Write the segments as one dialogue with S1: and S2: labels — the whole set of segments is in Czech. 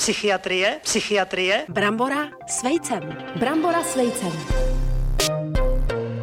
S1: psychiatrie, psychiatrie.
S2: Brambora s vejcem. Brambora s vejcem.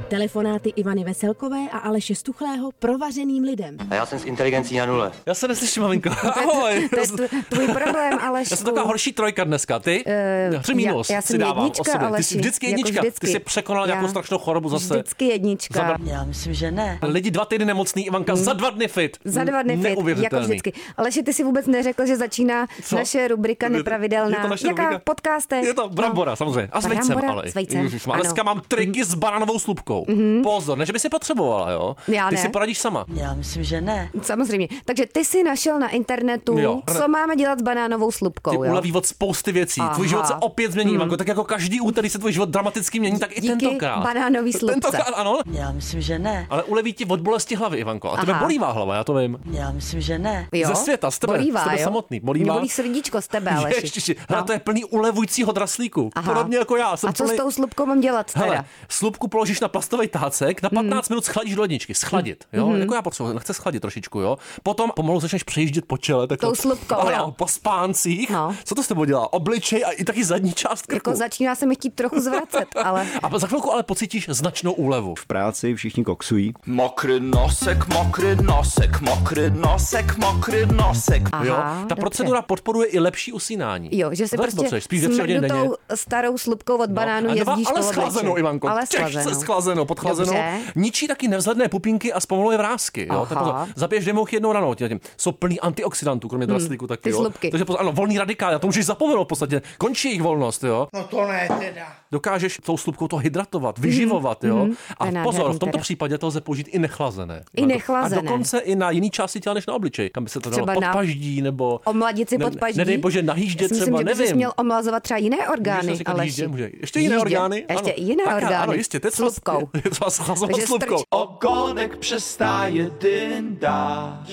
S2: Telefonáty Ivany Veselkové a Aleše Stuchlého provařeným lidem.
S3: A já jsem s inteligencí na nule.
S4: Já se neslyším, maminko. Ahoj.
S5: To je tv- tvůj problém, ale
S4: Já jsem taková horší trojka dneska, ty? Uh, Tři
S5: Eh, já-
S4: minus
S5: já
S4: si
S5: jsem
S4: dávám
S5: jednička,
S4: o sebe. Ty
S5: Aleši,
S4: jsi vždycky
S5: jako
S4: jednička.
S5: vždycky.
S4: Ty jsi překonal nějakou
S5: Já
S4: strašnou chorobu zase.
S5: Vždycky jednička.
S4: Zabr-
S1: Já myslím, že ne.
S4: Lidi dva týdny nemocný, Ivanka za dva dny fit.
S5: Za dva dny fit, jako
S4: Neuvěřitelný.
S5: vždycky. Aleši, ty si vůbec neřekl, že začíná
S4: Co?
S5: naše rubrika
S4: Je to-
S5: nepravidelná.
S4: je to naše
S5: Jaká
S4: rubrika?
S5: podcaste?
S4: Je to brambora, samozřejmě. A s vejcem,
S5: Brambora
S4: ale.
S5: s vejcem,
S4: Ježišmar,
S5: ano. Mhm.
S4: dneska mám triky s banánovou slupkou. Pozor, ne, že by si potřebovala, jo?
S5: Já
S4: Ty
S5: ne.
S4: si poradíš sama.
S1: Já myslím, že ne.
S5: No, Samozřejmě. Takže ty si našel na internetu,
S4: Jo.
S5: co máme dělat s banánovou slupkou.
S4: Ty
S5: jo?
S4: uleví od spousty věcí. Aha. Tvůj
S5: Aha.
S4: život
S5: Hmm.
S4: se opět změní, Ivanko. Tak jako každý úterý se tvůj život dramaticky mění, tak i
S5: Díky
S4: tentokrát.
S5: banánový slupce.
S4: Tentokrát, ano.
S1: Já myslím, že ne.
S4: Ale uleví ti od bolesti hlavy, Ivanko. A tebe
S5: Aha.
S4: bolívá hlava, já to vím.
S1: Já myslím, že ne.
S5: Jo?
S4: Ze světa, z tebe,
S5: bolívá,
S4: z tebe
S5: jo?
S4: samotný, bolívá.
S5: Mě bolí srdíčko z tebe, Aleši.
S4: Ježiši, hele, to je plný ulevujícího draslíku.
S5: No. Aha.
S4: Podobně jako já. Jsem
S5: A co
S4: plný...
S5: s Jako tou slupkou mám dělat teda? Hmm.
S4: Hele, slupku položíš na plastový tácek, na 15 minut schladíš do ledničky. Schladit, jo? Jako já potřebuji, nechce schladit trošičku, jo? Potom pomalu začneš přejíždět po čele. Tak
S5: Tou slupkou,
S4: ano,
S5: jo.
S4: po spáncích.
S5: No.
S4: Co to s tebou dělá? Obličej a i taky zadní část krku.
S5: Jako začíná se mi chtít trochu zvracet, ale
S4: A za chvilku ale pocítíš značnou úlevu.
S6: práci všichni koksují.
S7: Mokrý nosek, mokrý nosek, mokrý nosek, mokrý nosek.
S5: aha,
S4: jo? Ta
S5: dobře.
S4: procedura podporuje i lepší usínání.
S5: Jo, že si
S4: To
S5: prostě
S4: potřebuješ, spíš ze tři hodiny denně. No,
S5: smrdutou starou slupkou od banánu
S4: a dva-
S5: jezdíš
S4: ale
S5: po obličeji.
S4: schlazenou, Ivanko.
S5: Ale
S4: Těžce
S5: schlazenou.
S4: schlazenou, podchlazenou.
S5: Dobře.
S4: Ničí taky nevzhledné pupinky a zpomaluje vrázky. Jo? Tak
S5: Aha. Hmm,
S4: pozor, zabiješ democh jednou ranou. tě- tě- Jsou plný antioxidantů, kromě draslíku taky.
S5: ty
S4: jo?
S5: slupky.
S4: Takže pozor, ano, volný radikál, já to můžeš zapomenout v podstatě. Končí jejich volnost, jo.
S8: No to ne teda.
S4: Dokážeš tou slupkou to hydratovat, vyživovat, jo.
S5: Hmm, To je
S4: A pozor,
S5: nádherný
S4: v tomto
S5: teda.
S4: případě to lze použít i nechlazené.
S5: I
S4: Ivanko.
S5: nechlazené.
S4: A dokonce i na jiný části těla než na obličej, kam by se to dalo
S5: Třeba
S4: pod
S5: na-
S4: paždí nebo
S5: Omladit si
S4: Ne-
S5: pod paždí.
S4: Nedej bože, na jíždě
S5: Já si myslím,
S4: třeba,
S5: že bys
S4: nevím.
S5: měl omlazovat třeba jiné orgány,
S4: Můžeš říkat
S5: Aleši.
S4: jíždě, může. Ještě jiné
S5: Jíždě.
S4: orgány?
S5: Ještě
S4: ano.
S5: jiné
S4: Tak,
S5: orgány.
S4: Ano, jistě, to je třeba-
S5: Slupkou.
S4: je třeba slazovat
S5: Takže
S4: slupkou.
S5: strč-
S7: Ogonek přestáje dyndat.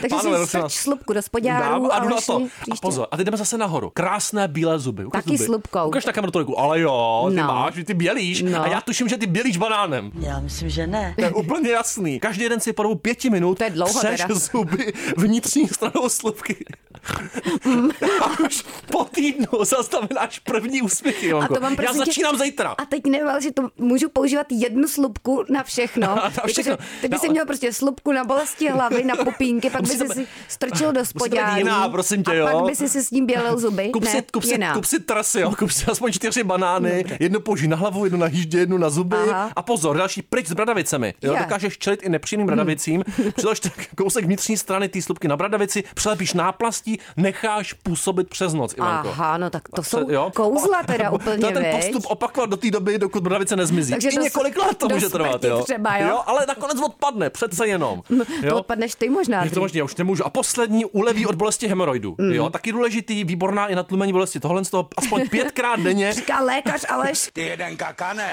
S5: Takže
S4: Pánové,
S5: si
S4: prosím vás.
S5: strč slupku do
S4: Dám
S5: spodňáru
S4: a jdu na
S5: Aleši,
S4: to. A
S5: příště.
S4: pozor, a teď jdeme zase nahoru. Krásné bílé zuby. Ukaž
S5: Taky
S4: zuby.
S5: slupkou.
S4: Ukaž na kameru trojku. Ale jo, ty
S5: No.
S4: máš, ty bělíš.
S5: No.
S4: A já tuším, že ty bělíš banánem.
S1: Já myslím, že ne.
S4: To je úplně jasný. Každý den si po dobu pěti minut
S5: To je dlouho
S4: třeš
S5: teda.
S4: zuby vnitřní stranou slupky.
S5: Mm.
S4: a už po týdnu zaznamenáš první úspěchy, Ivanko.
S5: to mám,
S4: Já
S5: prosím tě-
S4: začínám zítra.
S5: A teď nevím, ale že to můžu používat jednu slupku na všechno.
S4: Na
S5: Jakože
S4: všechno.
S5: Ty by
S4: Na-
S5: si měl prostě slupku na bolesti hlavy, na pupínky, pak by
S4: Musí to
S5: si
S4: být-
S5: si strčil do
S4: být
S5: spodňáru.
S4: jiná, prosím tě,
S5: a
S4: jo.
S5: pak by si si s ním bělil zuby.
S4: Kup
S5: ne,
S4: si, kup, si,
S5: jiná. No,
S4: kup si trasy, jo? kup si aspoň čtyři banány, jedno použij na hlavu, jedno na jíždě, jedno na zuby
S5: Aha.
S4: a pozor, další pryč s bradavicemi. Jo?
S5: Je. Hmm.
S4: Dokážeš čelit i nepříjemným bradavicím, přilož tak kousek vnitřní strany té slupky na bradavici, přelepíš náplastí, necháš působit přes noc, Ivanko.
S5: Aha, no tak to jsou
S4: Se- jo?
S5: kouzla
S4: A-
S5: teda
S4: To
S5: úplně,
S4: je ten
S5: viď?
S4: postup opakovat do té doby, dokud bradavice nezmizí.
S5: Takže
S4: I
S5: do-
S4: několik let to
S5: do
S4: může trvat,
S5: smrti
S4: jo?
S5: třeba, jo? No,
S4: Ale nakonec odpadne, přece jenom.
S5: To odpadneš ty možná.
S4: Je to možný, já už nemůžu. A poslední uleví od bolesti hemoroidů.
S5: Hmm.
S4: Mm. Jo, taky důležitý, výborná i na tlumení bolesti. Tohle z toho aspoň pětkrát denně.
S5: Říká lékař Aleš.
S7: Ty jeden kakane.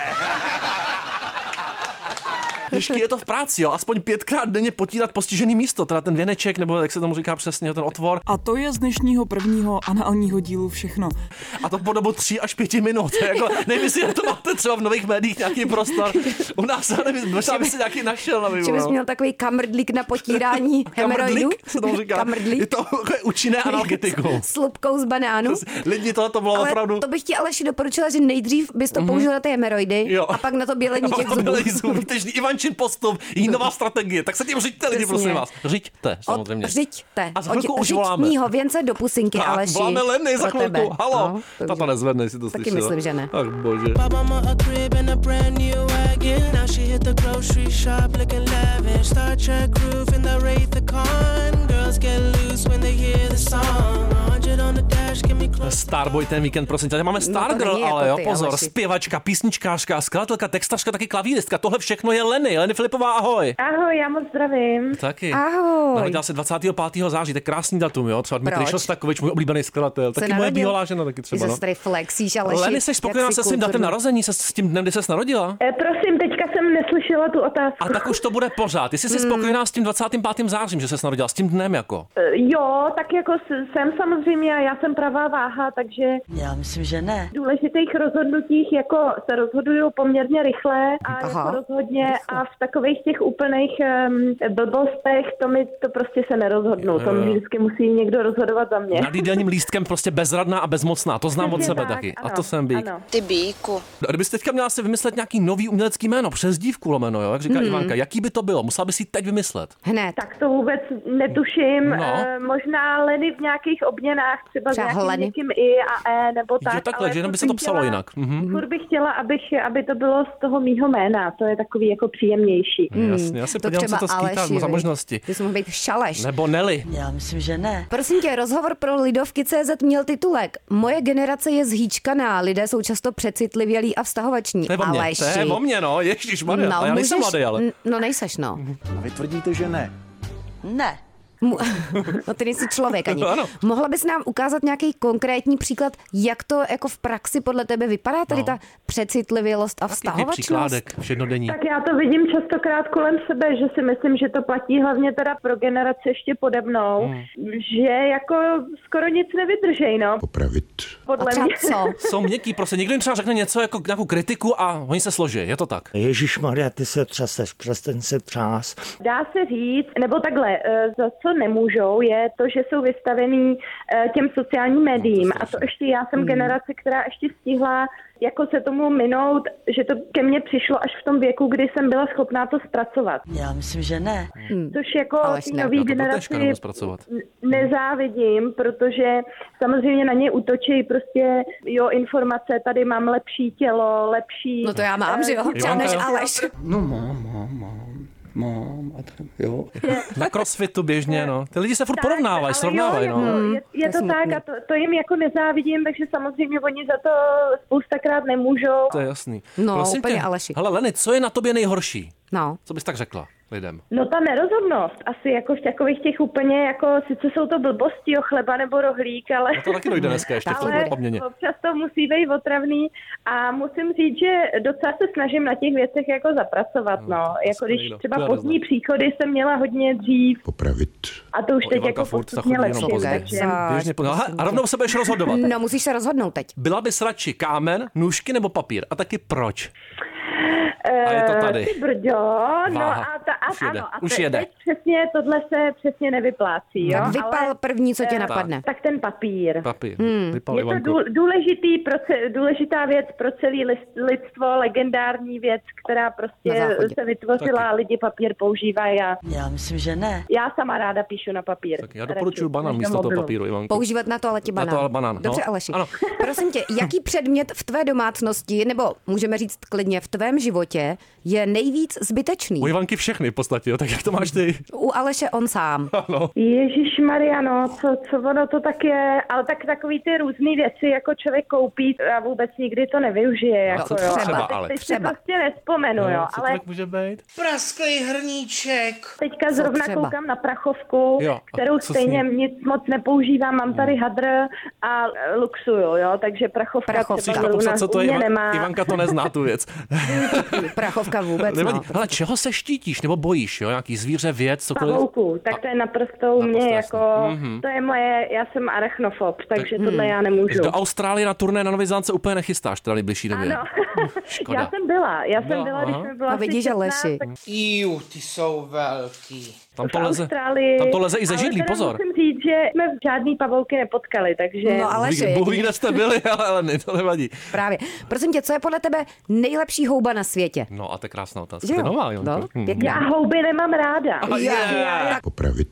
S4: Těžký je to v práci, jo. Aspoň pětkrát denně potírat postižený místo, teda ten věneček, nebo jak se tomu říká přesně, ten otvor.
S9: A to je z dnešního prvního análního dílu všechno.
S4: A to po dobu 3 až 5 minut. To je Jako, nevím, jestli na to máte třeba v nových médiích nějaký prostor. U nás, já nevím, možná by si nějaký našel. Nevím,
S5: Že bys
S4: jo.
S5: měl takový kamrdlík na potírání hemeroidů.
S4: Kamrdlik se tomu říká.
S5: Kamrdlík.
S4: Je to je účinné analgetikum.
S5: Slupkou z banánu.
S4: Lidi, tohle to bylo
S5: Ale
S4: opravdu... Mhm.
S5: to bych ti Aleši doporučila, že nejdřív bys to použil na ty hemeroidy
S4: Jo.
S5: a pak na to bělení těch
S4: Těch
S5: zubů.
S4: zubů. Vítežný Ivančin postup, její nová strategie. Tak se tím řiďte, lidi,
S5: Přesně.
S4: prosím vás. Řiďte, samozřejmě.
S5: Odřiďte.
S4: A za chvilku
S5: Od-
S4: už voláme.
S5: řiďního věnce do pusinky,
S4: Tak,
S5: Aleši.
S4: Voláme Leny za
S5: Pro tebe.
S4: chvilku. Halo.
S5: No, dobře.
S4: Tata nezvedne, si to
S5: Taky
S4: slyšela.
S5: myslím, že ne.
S4: Ach bože. Starboy ten víkend, prosím tě. Máme Stargirl,
S5: není jako
S4: ale jo,
S5: ty,
S4: pozor,
S5: Aleši.
S4: zpěvačka, písničkářka, skladatelka, textařka, taky klavíristka. Tohle všechno je Leny. Leny Filipová, ahoj.
S10: Ahoj, já moc zdravím.
S4: Taky. No,
S5: Ahoj.
S4: Narodila se 25. září, to je krásný datum, jo. Třeba Dmitrij
S5: Proč?
S4: Šostakovič, můj oblíbený skladatel,
S5: Se
S4: taky moje
S5: narodil?
S4: bývalá žena, taky
S5: Ty
S4: třeba.
S5: zase
S4: No.
S5: tady flexíš, Aleši.
S4: Leny, jsi
S5: jak
S4: spokojená
S5: jsi
S4: se svým datem
S5: kulturní.
S4: narození, se s tím dnem, kdy se narodila?
S10: E, prosím, teďka
S3: Eh, jsem neslyšela tu otázku.
S4: A tak už to bude pořád. Jestli
S5: Hmm.
S4: jsi spokojená s tím 25. zářím, že se narodila, s tím dnem jako.
S3: Eh, Jo, tak jako s- jsem samozřejmě a já jsem pravá váha, takže
S1: Já myslím, že ne.
S3: v důležitých rozhodnutích jako se rozhoduju poměrně rychle a
S5: Aha.
S3: Aha. jako rozhodně a v takových těch úplných um, blbostech to mi to prostě se nerozhodnu. To
S4: Eh.
S3: mi vždycky musí někdo rozhodovat za mě.
S4: Nad jídelním lístkem prostě bezradná a bezmocná. To znám od
S3: Přesně
S4: sebe
S3: tak,
S4: taky.
S3: ano,
S4: A to jsem bík.
S3: ano.
S6: Ty bíku.
S4: No, a Kdybyste teďka měla si vymyslet nějaký nový umělecký jméno, přes dívku lomeno, jo, jak říká
S5: Hmm.
S4: Ivanka, jaký by to bylo? Musela by si teď vymyslet.
S5: Hned.
S3: Tak to vůbec netuším.
S4: No.
S3: No. E, možná Leny v nějakých obměnách, třeba,
S5: Třeba
S3: třeba s nějakým
S5: Leny.
S3: někým I a E, nebo tak.
S4: jo, takhle,
S3: ale
S4: že jenom
S3: furt
S4: by se to
S3: bych
S4: psalo
S3: chtěla-
S4: jinak. Mhm.
S3: Furt bych chtěla, abych, aby to bylo z toho mýho jména. To je takový jako příjemnější.
S4: Jasně, já se
S5: Hmm, To
S4: podívám, co
S5: třeba
S4: to skýtá
S5: Aleši,
S4: za
S5: viď?
S4: možnosti.
S5: Ty jsi mohl být šaleš.
S4: Nebo Nelly.
S1: Já myslím, že ne.
S5: Prosím tě, rozhovor pro Lidovky.cz měl titulek Moje generace je zhýčkaná, lidé jsou často přecitlivělí a vztahovační.
S4: To je o mně,
S5: Aleši.
S4: to je o mně, no, ježíš, Maria, já nejsem
S5: můžeš-
S4: mladý, ale.
S5: N- No nejseš, no.
S8: Vy tvrdíte, že ne.
S1: Ne.
S5: Mu- No ty nejsi člověk ani.
S4: No, ano.
S5: Mohla bys nám ukázat nějaký konkrétní příklad, jak to jako v praxi podle tebe vypadá,
S4: No.
S5: tady ta přecitlivělost a
S4: Jaký
S5: vztahovačnost?
S4: příkládek všednodenní.
S3: Tak já to vidím častokrát kolem sebe, že si myslím, že to platí hlavně teda pro generaci ještě pode mnou,
S4: Hmm.
S3: že jako skoro nic nevydržej, no,
S10: Opravit.
S5: A
S3: podle
S5: třeba
S3: mě.
S5: co?
S4: Jsou měkký, prostě někdo jim třeba řekne něco jako nějakou kritiku a oni se složí, je to tak.
S8: Ježíš Maria, ty se třeseš, přestaň se třás.
S3: Dá se říct, nebo takhle, eh, za co nemůžou, je to, že jsou vystavený eh, těm sociálním médiím. A to ještě já
S4: Hmm.
S3: jsem generace, která ještě stihla jako se tomu minout, že to ke mně přišlo až v tom věku, kdy jsem byla schopná to zpracovat.
S1: Já myslím, že ne.
S5: Hmm.
S3: Což jako
S5: Aleš
S3: té
S5: ne,
S3: nový
S4: já No to do teďka
S3: generaci
S4: nemůžu zpracovat.
S3: n- nezávidím, protože samozřejmě na ně útočí prostě, jo, informace, tady mám lepší tělo, lepší...
S5: No to já mám,
S3: eh,
S5: že jo? Třeba
S4: Ivanka,
S5: než
S4: jo.
S5: Aleš.
S4: Na crossfitu běžně, no. Ty lidi se furt porovnávají,
S3: ale
S4: srovnávají,
S3: jo, jako je,
S4: no.
S3: Je, je to,
S5: Hmm, To je
S3: tak a to, to jim jako nezávidím, takže samozřejmě oni za to spoustakrát nemůžou.
S4: To je jasný.
S5: No,
S4: Prosím
S5: úplně
S4: tě,
S5: Aleši.
S4: Hele, Leny, co je na tobě nejhorší?
S5: No.
S4: Co bys tak řekla lidem?
S3: No ta nerozhodnost, asi jako v takových těch úplně, jako sice jsou to blbosti o chleba nebo rohlík, ale...
S4: No to taky
S5: Hmm.
S4: dojde dneska ještě v
S3: Ale
S4: té obměně.
S3: občas to musí být otravný a musím říct, že docela se snažím na těch věcech jako zapracovat, no. Jako
S4: skoro
S3: když
S4: nikdo. Hmm, To
S3: třeba
S4: já
S3: pozdní
S4: neznám.
S3: příchody jsem měla hodně dřív
S10: Opravit.
S3: a to už
S4: O,
S3: teď
S4: Ivanka
S3: jako
S4: furt ta
S3: postupně
S4: chodí jenom
S3: lepší.
S4: pozdě.
S3: takže-
S5: Záž,
S4: Běžně po... Aha, a rovnou se budeš rozhodovat.
S5: No musíš se rozhodnout teď.
S4: Byla bys radši kámen, nůžky nebo papír? A taky proč? A je to tady.
S3: Eh, Ty brďo, no
S4: Váha.
S3: a, ta, a
S4: Už jede.
S3: ano, a
S4: Už
S3: te-
S4: jede.
S3: teď přesně tohle se přesně nevyplácí, jo?
S5: Tak vypal
S3: ale, eh,
S5: první, co tě napadne.
S3: tak ten papír.
S4: Papír. Hmm. Vypal
S3: Je to
S4: Ivanku.
S3: dů- důležitý pro ce- důležitá věc pro celý list- lidstvo, legendární věc, která
S5: Na
S3: prostě
S5: záchodě.
S3: se vytvořila a lidi papír používají a
S1: Já myslím, že ne.
S3: já sama ráda píšu na papír.
S4: Tak já doporučuji banán místo toho papíru, Ivanku.
S5: Používat na toaletě
S4: Na
S5: banán.
S4: toaletě banán, no.
S5: Dobře, Aleši.
S4: Ano.
S5: Prosím tě, jaký předmět v tvé domácnosti, nebo můžeme říct klidně v tvém životě, je nejvíc zbytečný?
S4: U Ivanky všechny v podstatě, jo, tak jak to máš ty?
S5: U Aleše on sám.
S3: Ježíš Mariano, co, co ono to tak je, ale tak takový ty různé věci, jako člověk koupí a vůbec nikdy to nevyužije. jako,
S5: to
S3: jo.
S5: třeba,
S3: A teď,
S4: ale No,
S3: teď
S5: třeba.
S3: si prostě nespomenu, jo,
S4: co to
S3: ale
S4: tak může být?
S3: teďka zrovna
S5: třeba?
S3: koukám na prachovku,
S4: Jo, a
S3: kterou
S4: co s ní? No.
S3: stejně nic moc nepoužívám, mám tady hadr a e, luxuju, jo, takže prachovka,
S5: Prachovka.
S3: třeba
S4: Musíš
S3: zrovna
S4: napopsat, co to je.
S3: u mě
S4: Ivan,
S3: nemá.
S4: Ivanka to nezná tu věc.
S5: Prachovka vůbec,
S4: Nevadí.
S5: no.
S4: Ale čeho se štítíš nebo bojíš? Jo? Nějaký zvíře, věc, cokoliv?
S3: Pavouku, tak to je naprosto u mě
S4: jasný. Mhm.
S3: jako, to je moje, já jsem arachnofob, takže tohle já nemůžu.
S4: Do Austrálie na turné na Nový Zélande se úplně nechystáš, teda nejbližší době.
S3: Ano,
S4: Škoda.
S3: já jsem byla, já jsem
S4: Byla,
S3: byla, když
S4: aha.
S3: jsem byla
S5: No
S3: asi
S5: vidíš,
S3: 16,
S5: Aleši.
S3: tak
S7: Iu, ty jsou velký.
S4: Tam
S3: v
S4: to leze,
S3: Austrálii,
S4: tam to leze i ze
S3: ale
S4: židlí,
S3: teda
S4: pozor.
S3: musím říct, že jsme žádný pavouky nepotkali, takže...
S5: No ale že,
S4: Bohu, kde jste byli, ale, ale ne, to nevadí.
S5: právě. Prosím tě, co je podle tebe nejlepší houba na světě?
S4: No a to je krásná otázka.
S5: Že
S4: To
S5: jo?
S4: je nová, Jonko.
S5: No,
S4: Hm.
S5: pěkně.
S3: Já houby nemám ráda,
S4: A je,
S10: Opravit.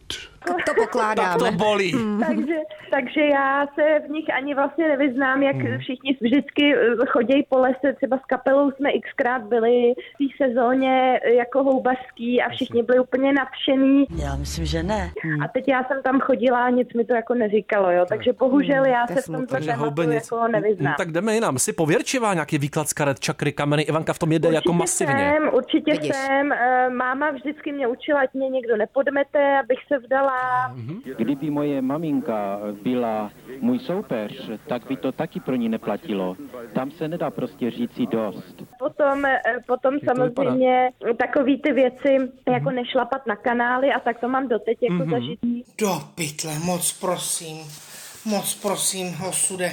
S5: Tak to
S4: tak to
S5: pokládáme.
S4: bolí.
S5: Mm.
S3: takže, takže já se v nich ani vlastně nevyznám, jak
S4: Hmm.
S3: všichni vždycky eh, chodějí po lese, třeba s kapelou jsme xkrát byli v té sezóně eh, jako houbařský a všichni byli úplně nadšený
S1: Já myslím, že ne.
S4: Hmm.
S3: a teď já jsem tam chodila a nic mi to jako neříkalo, jo, takže bohužel já
S5: Hmm, to je
S3: se v tomto
S4: Takže
S3: tématu
S4: houbenec. Mm,
S3: jako nevyznám.
S4: Tak jdeme jinam. Jsi pověrčivá nějaký výklad z karet, čakry, kameny. Ivanka v tom jede jako masivně.
S3: Jsem, určitě
S5: Vidíš.
S3: Vidíš. jsem. Eh, Máma vždycky mě učila, ať mě někdo nepodmete, abych se vdala.
S5: Mhm.
S8: Kdyby moje maminka byla můj soupeř, tak by to taky pro ní neplatilo. Tam se nedá prostě říci dost.
S3: Potom, eh, potom
S6: to
S3: samozřejmě takové ty věci, jako
S5: Mhm.
S3: nešlapat na kanály a tak to mám doteď jako mm-hmm. zažitý.
S10: Do pytle, moc prosím, moc prosím, osude,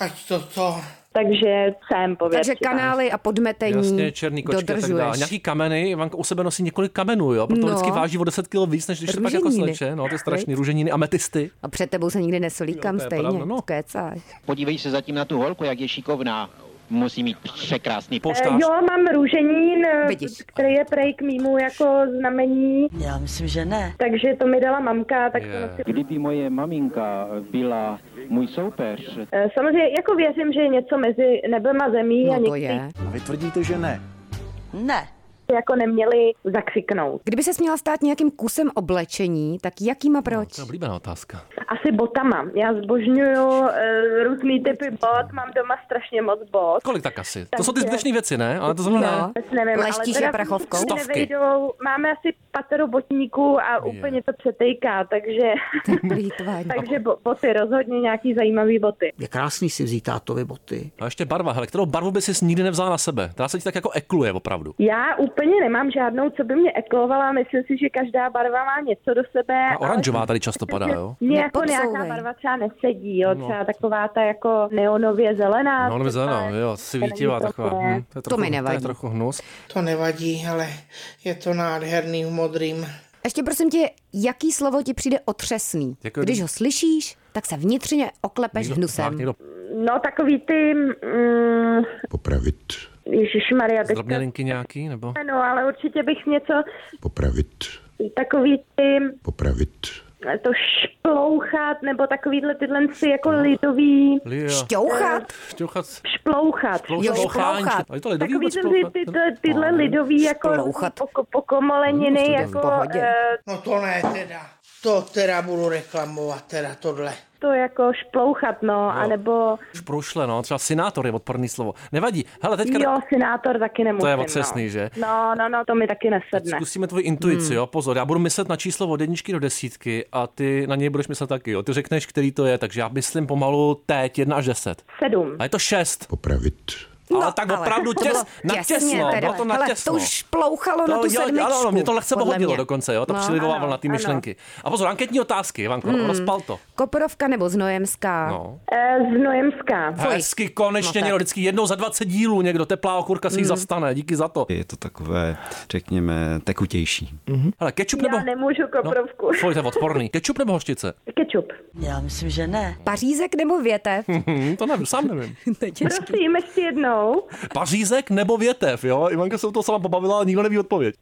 S10: ať toto...
S3: Takže jsem pověřila.
S5: Takže kanály a podmetení
S4: Jasně, černý kočky a tak
S5: dodržuješ.
S4: dále. Nějaký kameny, Ivanka u sebe nosí několik kamenů, jo? Proto
S5: No.
S4: no. vždycky váží o 10 kg víc, než když to pak jako
S5: Růženiny.
S4: sleče. No, to je strašný. Růženiny, ametisty.
S5: A před tebou se nikdy nesolíkam
S4: Jo, to je
S5: stejně,
S4: pravda, no.
S5: kecáš.
S11: Podívej se zatím na tu holku, jak je šikovná. Musí mít překrásný
S3: Eh,
S11: poštář.
S3: Jo, mám růženín, eh,
S5: Vidíš.
S3: který je prej k mýmu jako znamení,
S1: Já myslím, že ne.
S3: takže to mi dala mamka, tak to
S4: Je.
S3: nosím.
S8: Kdyby moje maminka byla můj soupeř,
S3: Eh, Samozřejmě jako věřím, že je něco mezi nebem a zemí a
S5: No to
S3: někdy
S5: je.
S8: vy tvrdíte, že ne.
S1: Ne.
S3: jako neměli zakřiknout.
S5: Kdyby se měla stát nějakým kusem oblečení, tak jakým a proč?
S4: No, To je oblíbená otázka.
S3: Asi botama. Já zbožňuju uh, různý typy bot, mám doma strašně moc bot.
S4: Kolik tak asi? To jsou ty dnešní věci, ne? Ale to zrovna
S5: Jo.
S4: ne.
S3: Vůbec nevím,
S5: Leštíš
S3: ale
S5: je prachovkou?
S3: mi
S4: Stovky.
S3: Nevejdou, máme asi pateru botníků a úplně to přetejká, takže,
S5: Plýtvání.
S3: takže bo- boty, rozhodně nějaký zajímavý boty.
S6: Je krásný si vzít tátovi boty.
S4: A ještě barva, hele, kterou barvu by si nikdy nevzal na sebe? Ta se ti tak jako ekluje opravdu.
S3: Já úplně nemám žádnou, co by mě eklovala, myslím si, že každá barva má něco do sebe.
S4: A oranžová tady často padá, jo?
S3: Mně jako
S5: Nepodsouvej.
S3: nějaká barva třeba nesedí, jo, třeba taková ta jako neonově zelená.
S4: No, no, zelená, jo, svítivá
S3: není to
S4: taková.
S3: úplně.
S4: Hm, to, je trochu,
S5: mi nevadí.
S4: To je trochu hnus.
S10: To nevadí, ale je to nádherný v modrým.
S5: Ještě prosím tě, jaký slovo ti přijde otřesný?
S4: Jako-
S5: Když ho slyšíš, tak se vnitřně oklepeš
S4: Tak
S5: hnusem.
S4: někdo
S3: No, takový ty... Mm,
S12: Popravit,
S3: Ježišmarja, teď to
S4: drobnělinky nějaký, nebo?
S3: no, ale určitě bych něco...
S12: popravit,
S3: Takový ty...
S12: popravit,
S3: To šplouchat, nebo takovýhle tyhle si jako lidový...
S4: Lia,
S5: Šťouchat?
S4: šťouchat,
S3: Šplouchat.
S4: šplouchat,
S5: Jo,
S4: ocháň.
S5: šplouchat.
S4: A je to lidový No, vůbec
S3: Takový ty, ty,
S4: šplouchat?
S3: ty, ty, tyhle lidový jako
S5: Šplouchat.
S3: poko- pokomoleniny,
S4: No,
S3: jako
S5: pohodě.
S3: eh,
S10: No to ne teda. To teda budu reklamovat, teda tohle.
S3: to jako šplouchat, no, anebo
S4: Už prošle, no, třeba synátor je odporný slovo. Nevadí. Hele, teďka
S3: jo, senátor taky nemusím.
S4: To je otřesný,
S3: no.
S4: že?
S3: No, no, no, to mi taky nesedne.
S4: zkusíme tvoji intuici, jo, pozor. Já budu myslet na číslo od jedničky do desítky a ty na něj budeš myslet taky, jo. Ty řekneš, který to je, takže já myslím pomalu teď 1 až 10.
S3: Sedm.
S4: A je to 6.
S12: popravit,
S5: No,
S4: ale tak opravdu
S5: to bylo
S4: těs, na těsno,
S5: teda.
S4: bylo to na
S5: Hele,
S4: těsno.
S5: to už plouchalo na tu
S4: No, jo,
S5: sedmičku.
S4: ano, ano, mě to lehce
S5: podle
S4: pohodilo
S5: mě.
S4: dokonce, jo, ta no, přilivová vlna ty
S5: ano. Hmm.
S4: myšlenky. A pozor, anketní otázky, Ivanko, rozpal to.
S5: Koporovka nebo Znojemská?
S4: No.
S3: Eh, Z Nojemská.
S4: Hezky, konečně
S5: No
S4: no,
S5: tak. Hmm.
S4: někdo, vždycky jednou za 20 dílů někdo, teplá okurka si ji zastane, díky za to.
S11: Je to takové, řekněme, tekutější.
S4: Hele, kečup nebo... No,
S3: Já nemůžu koprovku.
S4: Fuj, to je odporný. Kečup nebo hořčice?
S3: Kečup.
S1: Já myslím, že ne.
S5: Pařízek nebo větev?
S4: Hm, to nevím, sám nevím.
S3: Prosím, ještě jednou.
S4: Pařízek nebo větev, jo? Ivanka se o to sama pobavila, ale nikdo neví odpověď.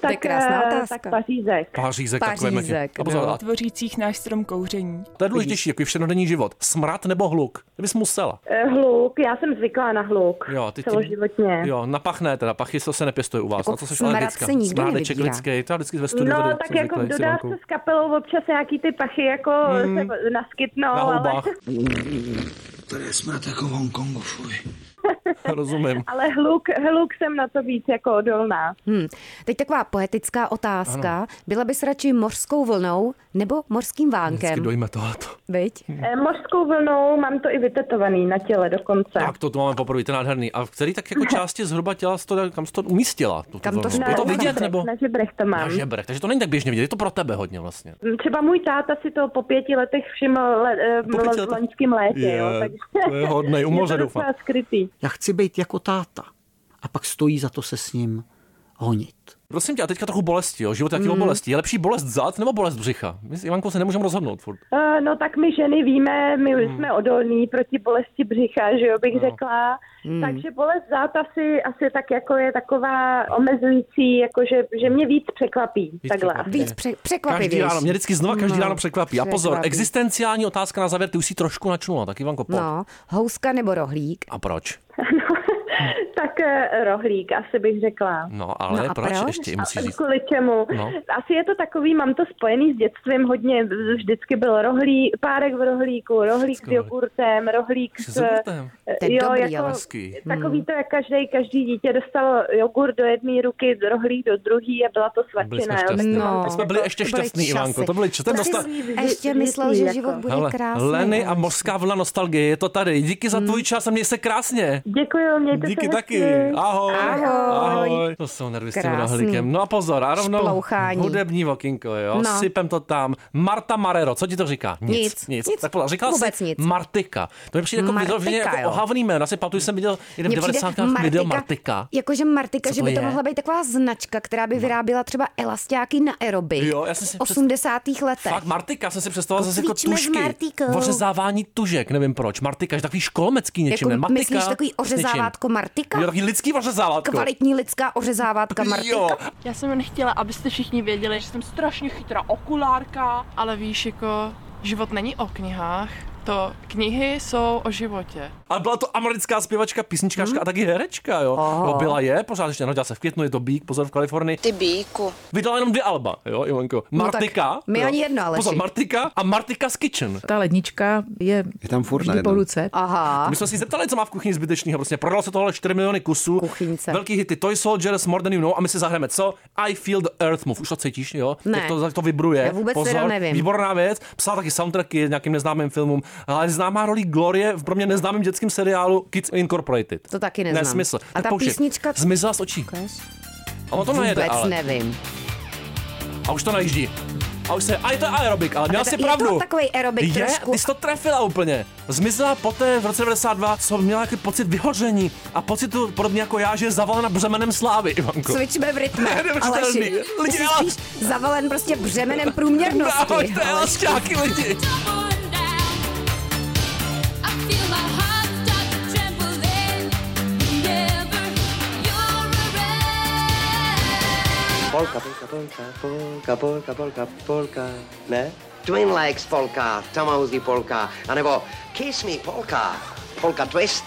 S3: Tak,
S5: krásná
S3: eh,
S5: otázka.
S3: Tak Pařízek.
S4: Pařízek, takové
S5: Pařízek,
S4: A pozor,
S5: no.
S4: a
S9: Tvořících náš strom kouření.
S4: to je důležitější, jako je všenodenní život. Smrad nebo hluk? Ty bys musela.
S3: Eh, Hluk, já jsem zvyklá na hluk.
S4: Jo, ty- ty-
S3: celoživotně.
S4: Jo, na pach ne, teda pachy se, se nepěstuje u vás.
S5: Jako
S4: na to se
S5: smrad
S4: alergická.
S5: se nikdy
S4: Smrádeček
S5: nevydírá.
S4: lidský, to já vždycky ve studiu
S3: No,
S4: vedu,
S3: tak
S4: jsem
S3: jako v
S4: zvyklý s
S3: dodávce
S4: Ivankou.
S3: s kapelou občas nějaký ty pachy jako se naskytnou,
S4: na
S3: ale,
S4: houbách. Rozumím.
S3: ale hluk, hluk jsem na to víc jako odolná.
S5: Hmm. Teď taková poetická otázka. Ano. Byla bys radši mořskou vlnou nebo mořským
S4: Vždycky
S5: vánkem?
S4: dojme tohleto.
S5: Viď?
S3: Eh, Mořskou vlnou mám to i vytetovaný na těle dokonce.
S4: Tak to tu máme poprvé, to je nádherný. A v který tak jako části zhruba těla jsi to, kam jsi to umístila? Tu, tu
S5: Kam to
S4: vlnu?
S5: šlo?
S4: Je to
S5: Na
S4: vidět
S3: žebrech,
S4: nebo?
S3: Na žebrech to
S4: Na
S3: mám. Hmm,
S4: žebrek, takže to není tak běžně vidět, je to pro tebe hodně vlastně.
S3: Třeba můj táta si to po pěti letech všiml le, eh,
S4: Po pěti
S3: lo-
S4: letech?
S3: v loňském létě. jo,
S4: Je,
S3: takže-
S4: to je hodnej, u moře
S3: je to
S4: doufám.
S3: docela skrytý.
S6: Já chci být jako táta. A pak stojí za to se s ním honit.
S4: Prosím tě, a teďka trochu bolesti, jo? Život je taky o bolesti. Je lepší bolest zad nebo bolest břicha? My s Ivankou se nemůžeme rozhodnout furt.
S3: Eh, No tak my ženy víme, my hmm. jsme odolní proti bolesti břicha, že jo, bych no. řekla. Hmm. Takže bolest zad asi, asi tak jako je taková omezující, jako že, že mě víc překvapí.
S4: Víc
S3: takhle.
S4: překvapí.
S5: Víc pře-
S4: Každý
S5: překvapivější.
S4: ráno, mě vždycky znova každý
S5: No,
S4: ráno překvapí. A pozor,
S5: překvapí.
S4: existenciální otázka na závěr, ty už si trošku načnula, tak Ivanko, pojď.
S5: No, houska nebo rohlík?
S4: A proč?
S3: Hmm. Tak eh, rohlík, asi bych řekla.
S4: No, ale
S5: No a
S4: proč?
S5: proč?
S4: Ještě musíš říct.
S3: Kvůli čemu?
S4: No.
S3: No. Asi je to takový, mám to spojený s dětstvím hodně, vždycky byl rohlí, párek v rohlíku, rohlík s jogurtem, rohlík s...
S4: S jogurtem?
S5: To je
S3: jo,
S5: dobrý,
S3: jako,
S5: ale
S4: Hezký.
S3: takový to, jak každý, každý dítě dostalo jogurt do jedné ruky, rohlík do druhé a byla to
S4: Byli jsme
S3: svačina. jo.
S4: šťastní.
S5: No.
S4: My jsme byli ještě
S5: To byly
S4: šťastní,
S5: časy.
S4: Ivanko. To byly časy. Ten
S5: To jsi
S4: nostal...
S5: ještě myslel, že
S3: jako.
S5: život bude
S4: Hele,
S5: krásný. Mm.
S4: Leny a
S5: ale-
S4: mořská vlna nostalgie, je to tady. Díky za tvůj čas a měj se krásně.
S3: Děkuji, mějte
S13: Mějte
S4: Díky
S13: se
S4: taky.
S13: hezky.
S4: Ahoj.
S5: Ahoj.
S4: Ahoj. To jsou nervy s tím
S5: Krásný.
S4: rohlíkem. No a pozor, a rovnou
S5: Šplouchání.
S4: hudební vokinko, jo.
S5: No.
S4: Sypem to tam. Marta Marero, co ti to říká?
S5: Nic,
S4: Nic.
S5: nic.
S4: Tak pozor, říkala
S5: Vůbec
S4: jsi
S5: nic.
S4: Martika. To mi přijde jako
S5: Martika,
S4: vyloženě
S5: jo.
S4: jako ohavný jméno. Já si pamatuju, že jsem viděl jeden v
S5: Mně přijde
S4: 90. video Martika.
S5: Jakože Martika,
S4: Co
S5: že
S4: to
S5: by to
S4: je? No.
S5: mohla být taková značka, která by vyráběla třeba elastáky na aerobik
S4: Jo, já jsem si
S5: v
S4: přes-
S5: 80. letech.
S4: Fakt, Martika, jsem si představoval zase jako
S5: Kotvičme s
S4: tušky.
S5: Martikou.
S4: Ořezávání tužek, nevím proč. Martika, že takový školmecký něčím, ne?
S5: jako,
S4: Matika,
S5: myslíš takový
S4: s něčím.
S5: ořezávátko Martika?
S4: Jo, takový lidský ořezávátko.
S5: Kvalitní lidská ořezávátka
S4: Jo.
S5: Martika?
S3: Já jsem jen chtěla, abyste všichni věděli, že jsem strašně chytrá okulárka, ale víš, jako život není o knihách, to knihy jsou o životě.
S4: Ale byla to americká zpěvačka, písničkářka
S5: Hmm.
S4: a taky herečka, jo.
S3: Aha.
S4: No, byla je, pořád ještě narodila se v květnu, je to Bík, pozor v Kalifornii.
S14: Ty bíku.
S4: Vydala jenom dvě alba, jo, Ivanko.
S14: No tak
S4: Martika.
S14: my
S4: jo.
S14: ani jedno, Aleši.
S4: Pozor, Martika a Martika's Kitchen.
S15: Ta lednička je,
S4: Je tam furt
S15: vždy
S4: najednou.
S15: po ruce.
S5: Aha.
S4: My jsme si zeptali, co má v kuchyni zbytečného. Prostě prodalo se tohle 4 miliony kusů. Kuchyňce. Velký hity Toy Soldiers, More Than You Know a my si zahrajeme co? I Feel the Earth Move. Už to cítíš, jo?
S5: Ne.
S4: Jak to, jak to vibruje.
S5: Já vůbec
S4: Pozor,
S5: teda nevím.
S4: Výborná věc. Psala taky soundtracky nějakým neznámým filmům. Ale známá roli Glorie v pro mě neznámém dětském seriálu Kids Incorporated.
S5: To taky neznám.
S4: Nesmysl.
S5: A
S4: Tak
S5: ta
S4: pouštěj.
S5: písnička...
S4: Zmizela z očí. A ono to
S5: Vůbec
S4: nejede, ale.
S5: nevím.
S4: A už to najíždí. A už se, a je to aerobik, ale měla
S5: to-
S4: jsi
S5: je to
S4: pravdu.
S5: takovej aerobik
S4: je,
S5: trošku.
S4: Ty jsi to trefila úplně. Zmizela poté v roce 92, co měla nějaký pocit vyhoření a pocit to podobně jako já, že je zavalena břemenem slávy, Ivanko.
S5: Cvičme v rytme.
S4: Neuvěřitelný.
S5: Aleši, ty
S4: Lidi,
S5: jsi
S4: ale-
S5: spíš zavalen prostě břemenem průměrnosti.
S4: Ahojte,
S5: Aleši.
S4: elasťáky, lidi.
S10: Polka, polka, polka, polka, polka, polka, polka, ne? Twin Legs polka, Tomousy polka, anebo Kiss Me polka, polka twist.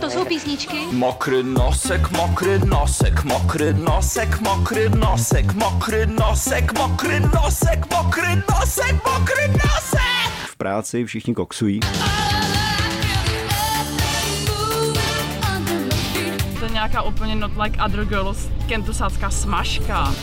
S14: To jsou písničky?
S16: Mokrý nosek, mokrý nosek, mokrý nosek, mokrý nosek, mokrý nosek, mokrý nosek, mokrý nosek, mokrý nosek.
S7: V práci všichni koksují.
S3: To je nějaká úplně not like other girls, kentosácká smažka.